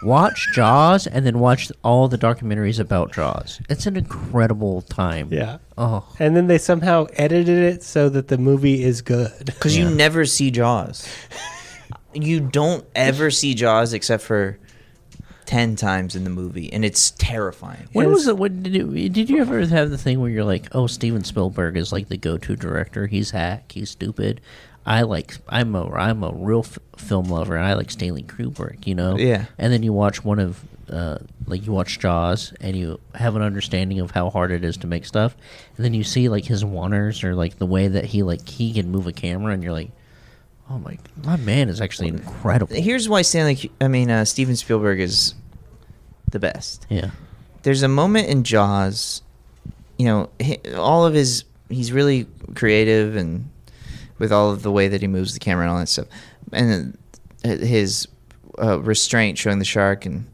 watch Jaws and then watch all the documentaries about Jaws. It's an incredible time. yeah. Oh, And then they somehow edited it so that the movie is good. Because you never see Jaws. you don't ever see Jaws except for ten times in the movie, and it's terrifying. When Yes. was it? When did you, did you ever have the thing where you're like, oh, Steven Spielberg is like the go-to director. He's hack. He's stupid. I like. I'm a. I'm a real f- film lover, and I like Stanley Kubrick. You know. Yeah. And then you watch one of, uh, like you watch Jaws, and you have an understanding of how hard it is to make stuff, and then you see like his wonders or like the way that he like he can move a camera, and you're like, oh my, my man is actually incredible. Here's why Stanley, Ku- I mean uh, Steven Spielberg is the best. Yeah. there's a moment in Jaws, you know, hi- all of his he's really creative and with all of the way that he moves the camera and all that stuff, and uh, his uh, restraint showing the shark and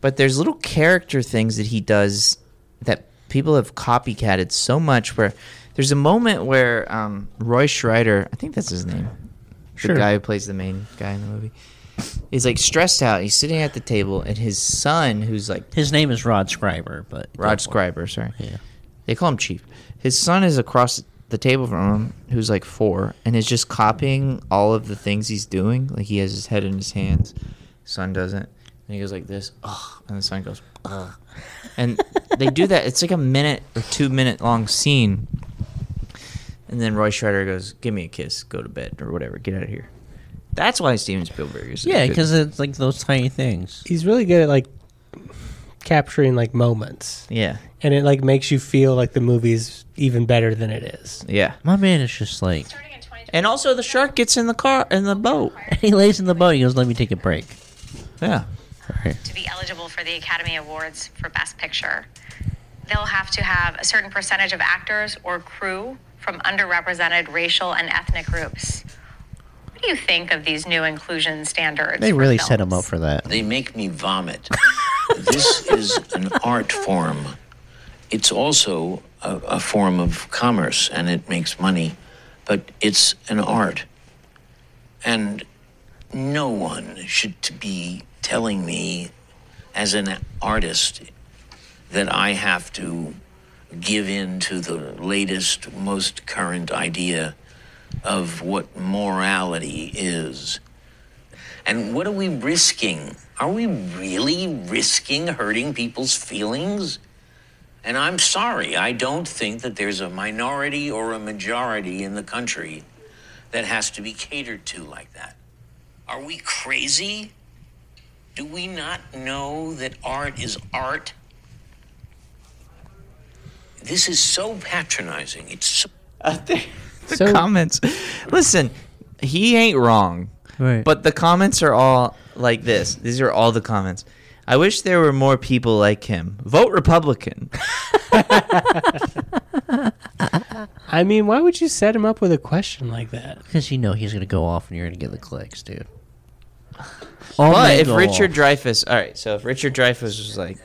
but there's little character things that he does that people have copycatted so much. Where there's a moment where um, Roy Schreider, I think that's his name, Sure. the guy who plays the main guy in the movie. Is like stressed out. He's sitting at the table, and his son, who's like His name is Rod Scriber, but Rod Scriber, sorry. Yeah. They call him Chief. His son is across the table from him, who's like four, and is just copying all of the things he's doing. Like he has his head in his hands. Son doesn't. And he goes like this, ugh, and the son goes, ugh. And they do that. It's like a minute or two minute long scene. And then Roy Schreider goes, "Give me a kiss, go to bed, or whatever. Get out of here." That's why Steven Spielberg is. Yeah, good. because it's like those tiny things. He's really good at like capturing like moments, yeah, and it like makes you feel like the movie's even better than it is. yeah. My man is just like, Starting in 2020. And also the shark gets in the car in the boat. he lays in the boat. He goes, "Let me take a break." Yeah. All right. to be eligible for the Academy Awards for Best Picture. they'll have to have a certain percentage of actors or crew from underrepresented racial and ethnic groups. What do you think of these new inclusion standards? They for really set him films? up for that. They make me vomit. this is an art form. It's also a, a form of commerce and it makes money, but it's an art. And no one should t- be telling me, as an artist, that I have to give in to the latest, most current idea of what morality is. And what are we risking? Are we really risking hurting people's feelings? And I'm sorry, I don't think that there's a minority or a majority in the country that has to be catered to like that. Are we crazy? Do we not know that art is art? This is so patronizing. It's so The So- comments. Listen, he ain't wrong. Right. But the comments are all like this. These are all the comments. I wish there were more people like him. Vote Republican. I mean, why would you set him up with a question like that? Because you know he's going to go off and you're going to get the clicks, dude. But men if go Richard off. Dreyfuss, all right, so if Richard Dreyfuss was like,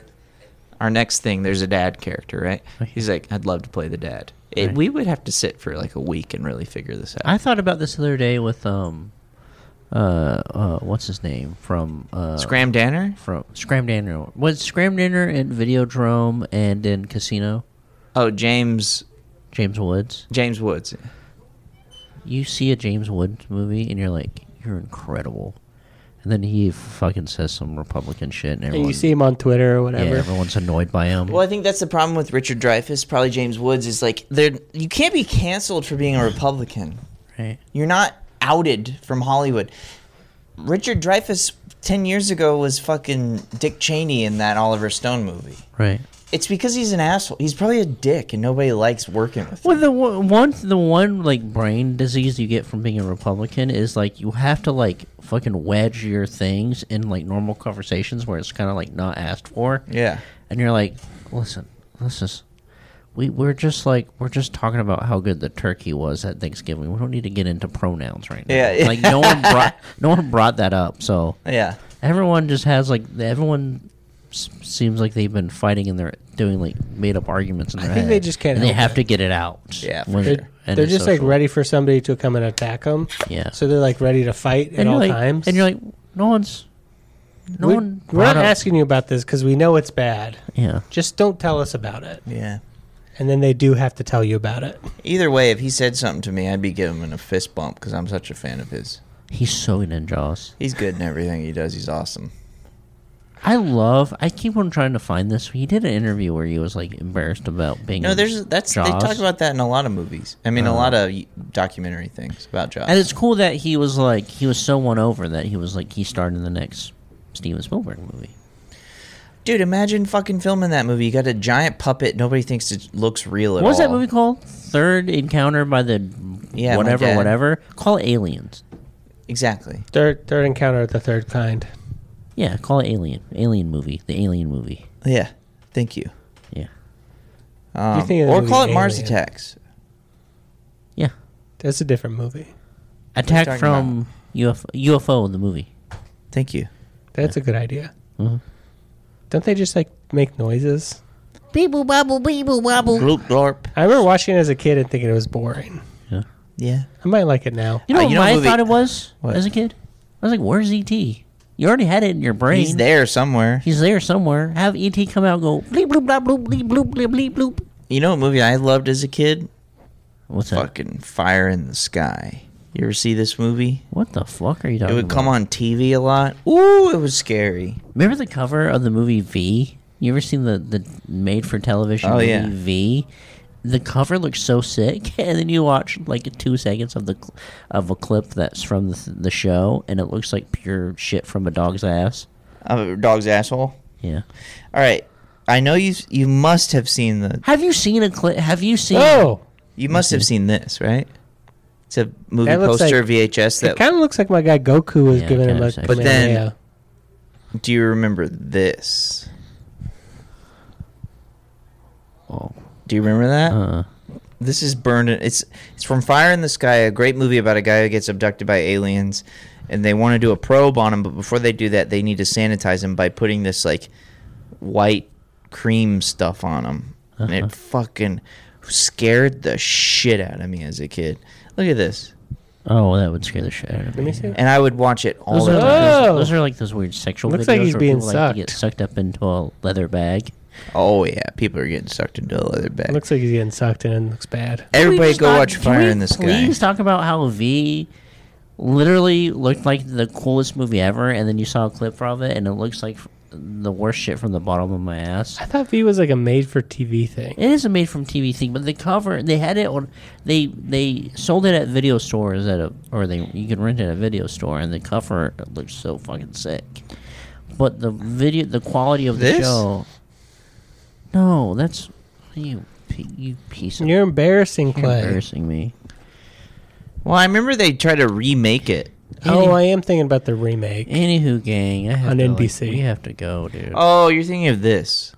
our next thing, there's a dad character, right? He's like, I'd love to play the dad. It, Right. We would have to sit for like a week and really figure this out. I thought about this the other day with, um, uh, uh what's his name? From, uh, Scram Danner? from Scram Dinner. Was Scram Dinner in Videodrome and in Casino? Oh, James James Woods. James Woods. You see a James Woods movie and you're like, you're incredible. And then he fucking says some Republican shit and everyone, And you see him on Twitter or yeah, whatever. everyone's annoyed by him. Well, I think that's the problem with Richard Dreyfuss, probably James Woods, is like there you can't be canceled for being a Republican. Right. You're not outed from Hollywood. Richard Dreyfuss ten years ago was fucking Dick Cheney in that Oliver Stone movie. Right. It's because he's an asshole. He's probably a dick, and nobody likes working with him. Well, the wo- one, the one like brain disease you get from being a Republican is like you have to like fucking wedge your things in like normal conversations where it's kind of like not asked for. Yeah. and you're like, listen, this is. We, we're just like we're just talking about how good the turkey was at Thanksgiving. We don't need to get into pronouns right now. Yeah. like no one brought no one brought that up. So Yeah. everyone just has like everyone s- seems like they've been fighting and they're doing like made up arguments in their think head, they just can't And they help have to get it out. Yeah, for when- sure. They're, and they're it's just social. like ready for somebody to come and attack them. Yeah. So they're like ready to fight at and you're all like, times. and you're like, no one's, no we, one. we're brought not up- asking you about this because we know it's bad. Yeah, Just don't tell us about it. Yeah. And then they do have to tell you about it. Either way, if he said something to me, I'd be giving him a fist bump because I'm such a fan of his. he's so good in Jaws. He's good in everything he does. He's awesome. I love. I keep on trying to find this. He did an interview where he was like embarrassed about being. No, in there's that's they Jaws. talk about that in a lot of movies. I mean, a lot of y- documentary things about Jaws. And it's cool that he was like he was so won over that he was like he starred in the next Steven Spielberg movie. Dude, imagine fucking filming that movie. You got a giant puppet. Nobody thinks it looks real at What was that all. movie called? Third Encounter by the Yeah, my whatever dad. whatever. Call it Aliens. Exactly. Third, third encounter of the third kind. Yeah, call it Alien. Alien movie. The Alien movie. Yeah. Thank you. Yeah. Um, think of the or movie call it Mars Alien. Attacks. Yeah. That's a different movie. Attack talking from UFO, UFO the movie. Thank you. That's a good idea. Mm-hmm. Don't they just like make noises? Beeble wobble beeble wobble. Gloop glorp. I remember watching it as a kid and thinking it was boring. Yeah. Yeah. I might like it now. You know Uh, what you know I movie- thought it was What? as a kid? I was like, "Where's ET? You already had it in your brain. He's there somewhere. He's there somewhere. Have ET come out and go bleep bloop blah bloop bleep bloop bleep bleep bloop." You know what movie I loved as a kid? What's that? Fucking Fire in the Sky. You ever see this movie? What the fuck are you It talking would about? come on TV a lot. Ooh, it was scary. Remember the cover of the movie V? You ever seen the, the made for television Oh, movie yeah. V? The cover looks so sick, and then you watch like two seconds of the cl- of a clip that's from the, the show, and it looks like pure shit from a dog's ass. Uh, dog's asshole. Yeah. All right. I know you. You must have seen the. Have you seen a clip? Have you seen? Oh, You must have seen this, right? It's a movie That looks poster like- VHS it that kind of looks like my guy Goku was Yeah, giving him kinda a. sexy. But then- yeah. Do you remember this? Oh, Do you remember that? uh, Uh-huh. This is burned. in- It's it's from Fire in the Sky, a great movie about a guy who gets abducted by aliens, and they want to do a probe on him. But before they do that, they need to sanitize him by putting this like white cream stuff on him, Uh-huh. and it fucking scared the shit out of me as a kid. Look at this, oh, that would scare the shit out of me. Let me see. and I would watch it all Those the are, time. like those, Oh. those are like those weird sexual Looks videos like he's where being people like to get sucked. sucked up into a leather bag. Oh yeah, people are getting sucked into a leather bag. Looks like he's getting sucked in. Looks bad. Can we Everybody just go not- watch can Fire we in the Sky. Please talk about how V literally looked like the coolest movie ever, and then you saw a clip from it, and it looks like f- the worst shit from the bottom of my ass. I thought V was like a made-for-TV thing. It is a made from TV thing, but the cover they had it on they they sold it at video stores at a or they you could rent it at a video store and the cover looked so fucking sick. But the video the quality of the This? show No, that's you pi- you piece of You're embarrassing, you're Clay. embarrassing me. Well, I remember they tried to remake it. Oh, I am thinking about the remake. Anywho gang, I have On to, like, NBC. we have to go, dude. Oh, you're thinking of this.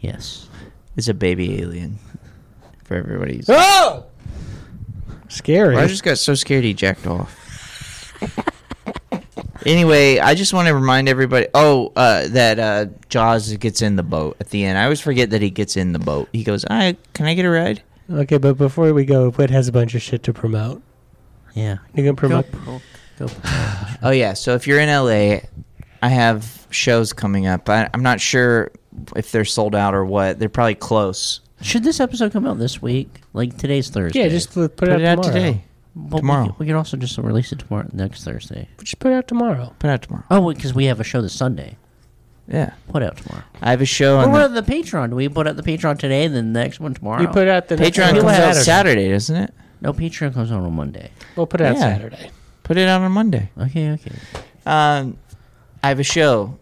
Yes. It's a baby alien. For everybody's. Oh, scary. I just got so scared he jacked off. anyway, I just want to remind everybody. Oh, uh, that uh, Jaws gets in the boat at the end. I always forget that he gets in the boat. He goes, "I can I get a ride?" Okay, but before we go, Whit has a bunch of shit to promote. Yeah. You can promote. Go, go, go. Oh yeah. So if you're in LA, I have shows coming up. I, I'm not sure if they're sold out or what. They're probably close. Should this episode come out this week? Like today's Thursday. Yeah, just put, put Put it out tomorrow. today. But we Tomorrow. could- We could also just release it tomorrow, next Thursday. Just put it out tomorrow. Put it out tomorrow. Oh, because we have a show this Sunday. Yeah. Put out tomorrow. I have a show Or on what the, about the Patreon? Do we put out the Patreon today and then the next one tomorrow? You put it out the next Patreon one comes on out Saturday, doesn't it? no, Patreon comes out on Monday. We'll put it out Yeah. Saturday. Put it out on Monday. Okay, okay. Um, I have a show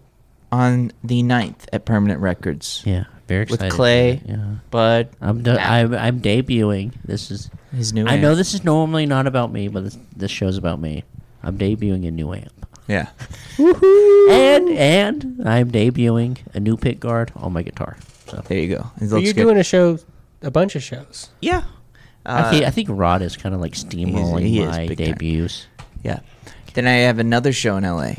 on the 9th at Permanent Records. Yeah, very With excited. for Clay. that, Yeah. Bud, I'm, do- I'm, I'm debuting. This is. his new I amp. know this is normally not about me, but this, this show's about me. I'm debuting a new amp. Yeah. And and I'm debuting a new pick guard on my guitar. So There you go. It But looks you're good. doing a show, a bunch of shows. yeah. I, think, I think Rod is kind of like steamrolling Uh, he is my big time. debuts. Yeah. Then I have another show in LA,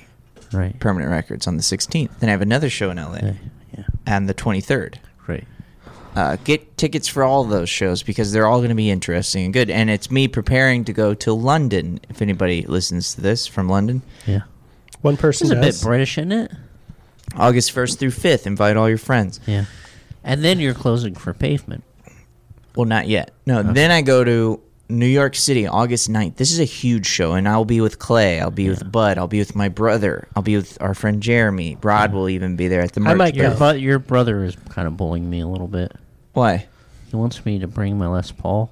Right. Permanent Records, on the 16th. Then I have another show in LA Yeah. on the 23rd. Right. Uh, get tickets for all those shows because they're all going to be interesting and good. And it's me preparing to go to London. If anybody listens to this from London, Yeah. One person This is a bit does. British, isn't it? August 1st through 5th, invite all your friends. Yeah. And then you're closing for pavement. Well, not yet. No, then I go to New York City, August 9th. This is a huge show, and I'll be with Clay. I'll be with Bud. I'll be with my brother. I'll be with our friend Jeremy. Rod will even be there at the merch. might booth. Your Yeah. bu- your brother is kind of bullying me a little bit. Why? He wants me to bring my Les Paul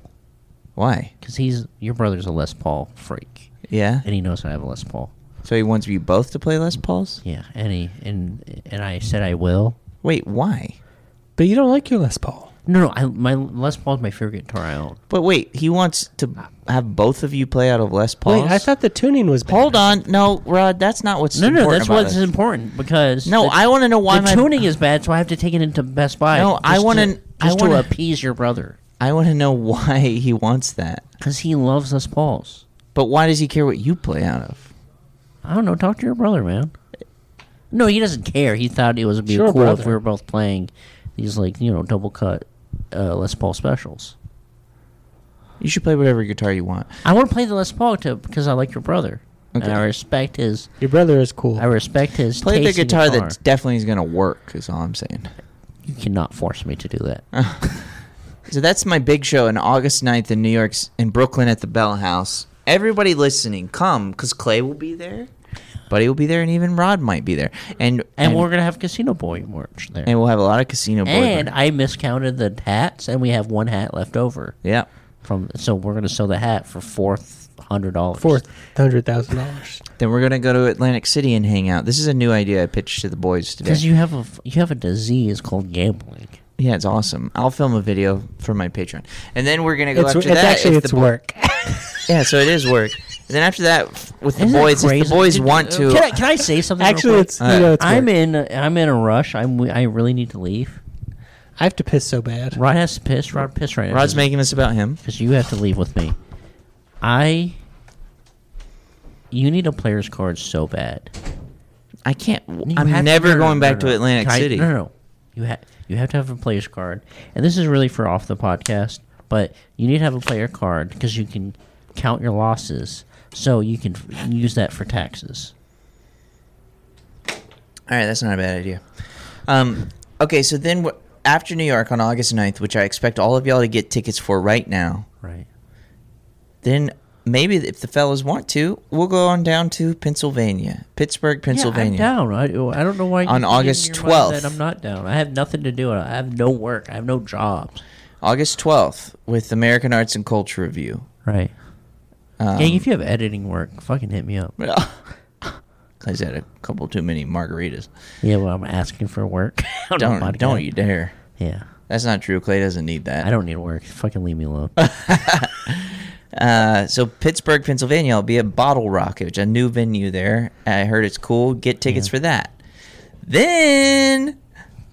Why? because he's your brother's a Les Paul freak, Yeah. and he knows I have a Les Paul. So he wants you both to play Les Pauls? Yeah, and he and and I said I will. Wait, why? But you don't like your Les Paul. No, no, I, my Les Paul is my favorite guitar I own. But wait, he wants to have both of you play out of Les Pauls? Wait, I thought the tuning was bad. Hold on. No, Rod, that's not what's No, no, important that's about what's this. important because No, the- I want to know why the my tuning is bad, so I have to take it into Best Buy. No, I just wanna- I just to wanna- appease your brother I want to know why he wants that. because he loves Les Pauls. But why does he care what you play out of? I don't know. Talk to your brother, man. No, he doesn't care. He thought it was be Sure, cool brother. if we were both playing these like you know double cut uh, Les Paul specials. You should play whatever guitar you want. I want to play the Les Paul to, because I like your brother Okay. and I respect his. Your brother is cool. I respect his. Play the taste in guitar, that definitely is going to work, is all I'm saying. you cannot force me to do that. So that's my big show on August 9th in New York's in Brooklyn at the Bell House. Everybody listening, come because Clay will be there, Buddy will be there, and even Rod might be there. And and, we're gonna have Casino Boy merch there. and we'll have a lot of casino boy. And I miscounted the hats, and we have one hat left over yeah, from. So we're gonna sell the hat for four hundred dollars. Four hundred thousand dollars. then we're gonna go to Atlantic City and hang out. This is a new idea I pitched to the boys today. because you have a f- you have a disease called gambling. yeah, it's awesome. I'll film a video for my Patreon, and then we're gonna go It's, it's after that. actually if the it's bo- work. Yeah, so it is work. And then after that, f- with the Isn't that boys, if crazy? the boys Did- want to, Can I, can I say something? real actually, quick? it's you know it's I'm work. in I'm in a rush. I'm I really need to leave. I have to piss so bad. Rod has to piss. Rod piss right Rod's making this about him. because you have to leave with me. I. You need a player's card so bad. I can't. You I'm have- no, never no, going no, back no. to Atlantic Can I- City. No, no, no. You have you have to have a player's card, and this is really for off the podcast. But you need to have a player card because you can count your losses, so you can f- use that for taxes. All right, that's not a bad idea. Um, okay, so then wh- after New York on August 9th, which I expect all of y'all to get tickets for right now, Right. then maybe if the fellas want to, we'll go on down to Pennsylvania, Pittsburgh, Pennsylvania. Yeah, I'm down. I, I don't know why. you On keep August getting in your mind 12th. That I'm not down. I have nothing to do. I have no work. I have no jobs. August 12th with American Arts and Culture Review. Right. Um, Gang, if you have editing work, fucking hit me up. Cause I had a couple too many margaritas. Yeah, well, I'm asking for work. on the Don't podcast. don't you dare. Yeah. That's not true. Clay doesn't need that. I don't need work. Fucking leave me alone. Uh, so Pittsburgh, Pennsylvania, I'll be at Bottle Rocket, which is a new venue there. I heard it's cool. Get tickets for that. Then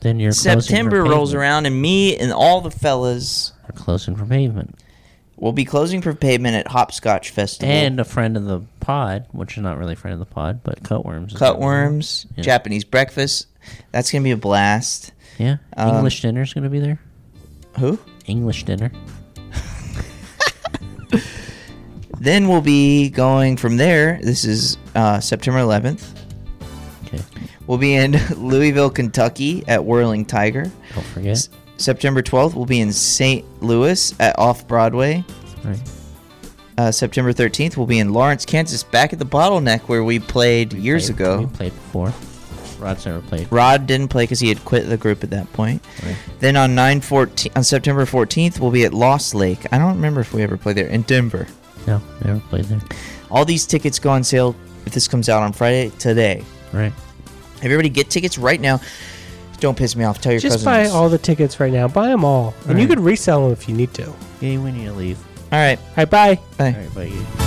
then you're closing for September rolls pavement. around, and me and all the fellas We're closing for pavement. will be closing for pavement at Hopscotch Festival. And a friend of the pod, which is not really a friend of the pod, but Cutworms. is another one. Cutworms, Yeah. Japanese breakfast. That's gonna be a blast. Yeah. Um, English dinner's going to be there. Who? English dinner. Then we'll be going from there. This is uh, September 11th. Okay. We'll be in Louisville, Kentucky, at Whirling Tiger. Don't forget. S- September 12th, we'll be in St. Louis at Off Broadway. Right. Uh, September 13th, we'll be in Lawrence, Kansas, back at the Bottleneck where we played years Played- ago. We played before. Rod's never played. Rod didn't play because he had quit the group at that point. Right. Then on 9 14, on September 14th, we'll be at Lost Lake. I don't remember if we ever played there in Denver. No, never played there. All these tickets go on sale if this comes out on Friday today. Right. Everybody get tickets right now. Don't piss me off. Tell your Just cousins. buy all the tickets right now. Buy them all, and you Right. could resell them if you need to. All Gang, we need to leave. all right. right, bye. Bye. All right, bye.